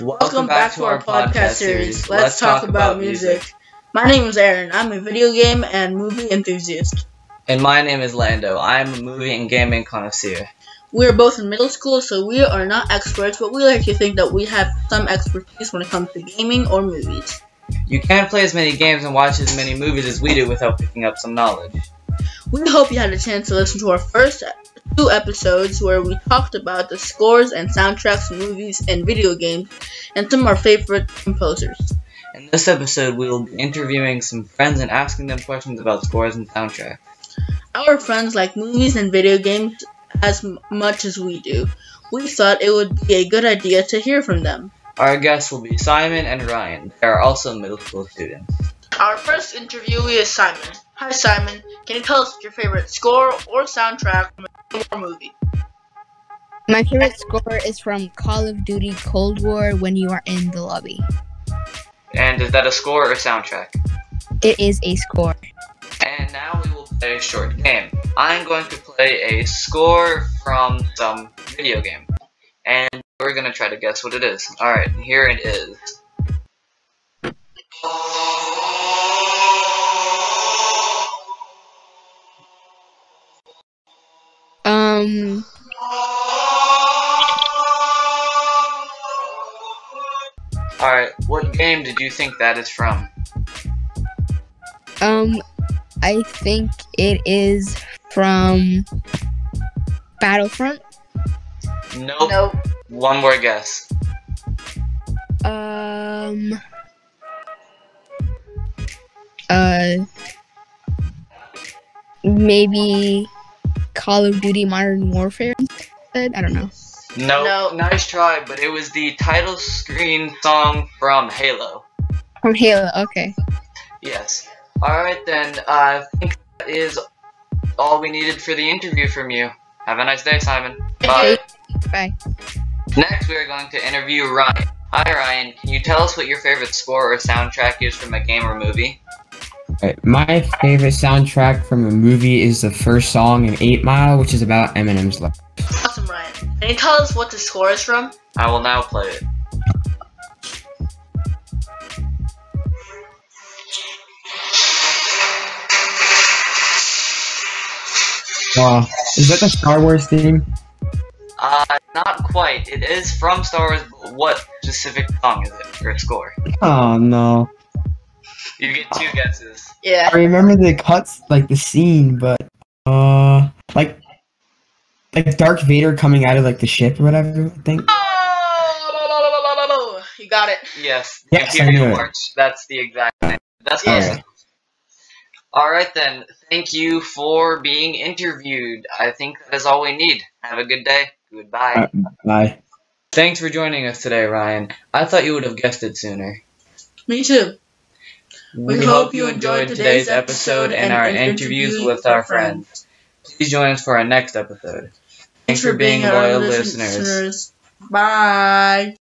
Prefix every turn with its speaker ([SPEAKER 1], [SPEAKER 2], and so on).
[SPEAKER 1] Welcome, back, to our podcast, series. Let's, talk, about music.
[SPEAKER 2] My name is Aaron. I'm a video game and movie enthusiast.
[SPEAKER 1] And my name is Lando. I'm a movie and gaming connoisseur.
[SPEAKER 2] We're both in middle school, so we are not experts, but we like to think that we have some expertise when it comes to gaming or movies.
[SPEAKER 1] You can't play as many games and watch as many movies as we do without picking up some knowledge.
[SPEAKER 2] We hope you had a chance to listen to our first two episodes where we talked about the scores and soundtracks in movies and video games and some of our favorite composers.
[SPEAKER 1] In this episode, we will be interviewing some friends and asking them questions about scores and soundtracks.
[SPEAKER 2] Our friends like movies and video games as m- much as we do. We thought it would be a good idea to hear from them.
[SPEAKER 1] Our guests will be Simon and Ryan. They are also middle school students.
[SPEAKER 2] Our first interviewee is Simon. Hi, Simon. Can you tell us your favorite score or soundtrack from a game or movie?
[SPEAKER 3] My favorite score is from Call of Duty Cold War when you are in the lobby.
[SPEAKER 1] And is that a score or a soundtrack?
[SPEAKER 3] It is a score.
[SPEAKER 1] And now we will play a short game. I'm going to play a score from some video game. And we're going to try to guess what it is. Alright, here it is.
[SPEAKER 3] Um,
[SPEAKER 1] Alright, what game did you think that is from?
[SPEAKER 3] um, I think it is from Battlefront.
[SPEAKER 1] Nope. One more guess.
[SPEAKER 3] Um, uh, maybe Call of Duty Modern Warfare. Instead? I don't know.
[SPEAKER 1] Nope.
[SPEAKER 2] No.
[SPEAKER 1] Nice try, but it was the title screen song from Halo.
[SPEAKER 3] From Halo. Okay.
[SPEAKER 1] Yes. Alright then, I think that is all we needed for the interview from you. Have a nice day, Simon. Bye.
[SPEAKER 3] Bye.
[SPEAKER 1] Next, we are going to interview Ryan. Hi, Ryan. Can you tell us what your favorite score or soundtrack is from a game or movie?
[SPEAKER 4] Alright, My favorite soundtrack from a movie is the first song in 8 Mile, which is about Eminem's life.
[SPEAKER 2] Awesome, Ryan. Can you tell us what the score is from?
[SPEAKER 1] I will now play it.
[SPEAKER 4] Wow. Uh, Is that the Star Wars theme?
[SPEAKER 1] Uh, not quite. It is from Star Wars, but what specific song is it or score?
[SPEAKER 4] Oh no.
[SPEAKER 1] You get two guesses.
[SPEAKER 2] Yeah.
[SPEAKER 4] I remember the cuts, like the scene, but uh, like, like Darth Vader coming out of like the ship or whatever. I think.
[SPEAKER 2] Oh, you got it.
[SPEAKER 1] Yes,
[SPEAKER 4] Yes, I
[SPEAKER 1] Imperial
[SPEAKER 4] knew it.
[SPEAKER 1] March. That's the exact name. That's close.
[SPEAKER 4] Yeah.
[SPEAKER 1] All right then. Thank you for being interviewed. I think that is all we need. Have a good day. Goodbye.
[SPEAKER 4] Uh, Bye.
[SPEAKER 1] Thanks for joining us today, Ryan. I thought you would have guessed it sooner.
[SPEAKER 2] Me too.
[SPEAKER 1] We, hope you enjoyed today's episode and our interviews with our friends. Please join us for our next episode. Thanks for being
[SPEAKER 2] our
[SPEAKER 1] loyal
[SPEAKER 2] listen-
[SPEAKER 1] listeners.
[SPEAKER 2] Bye.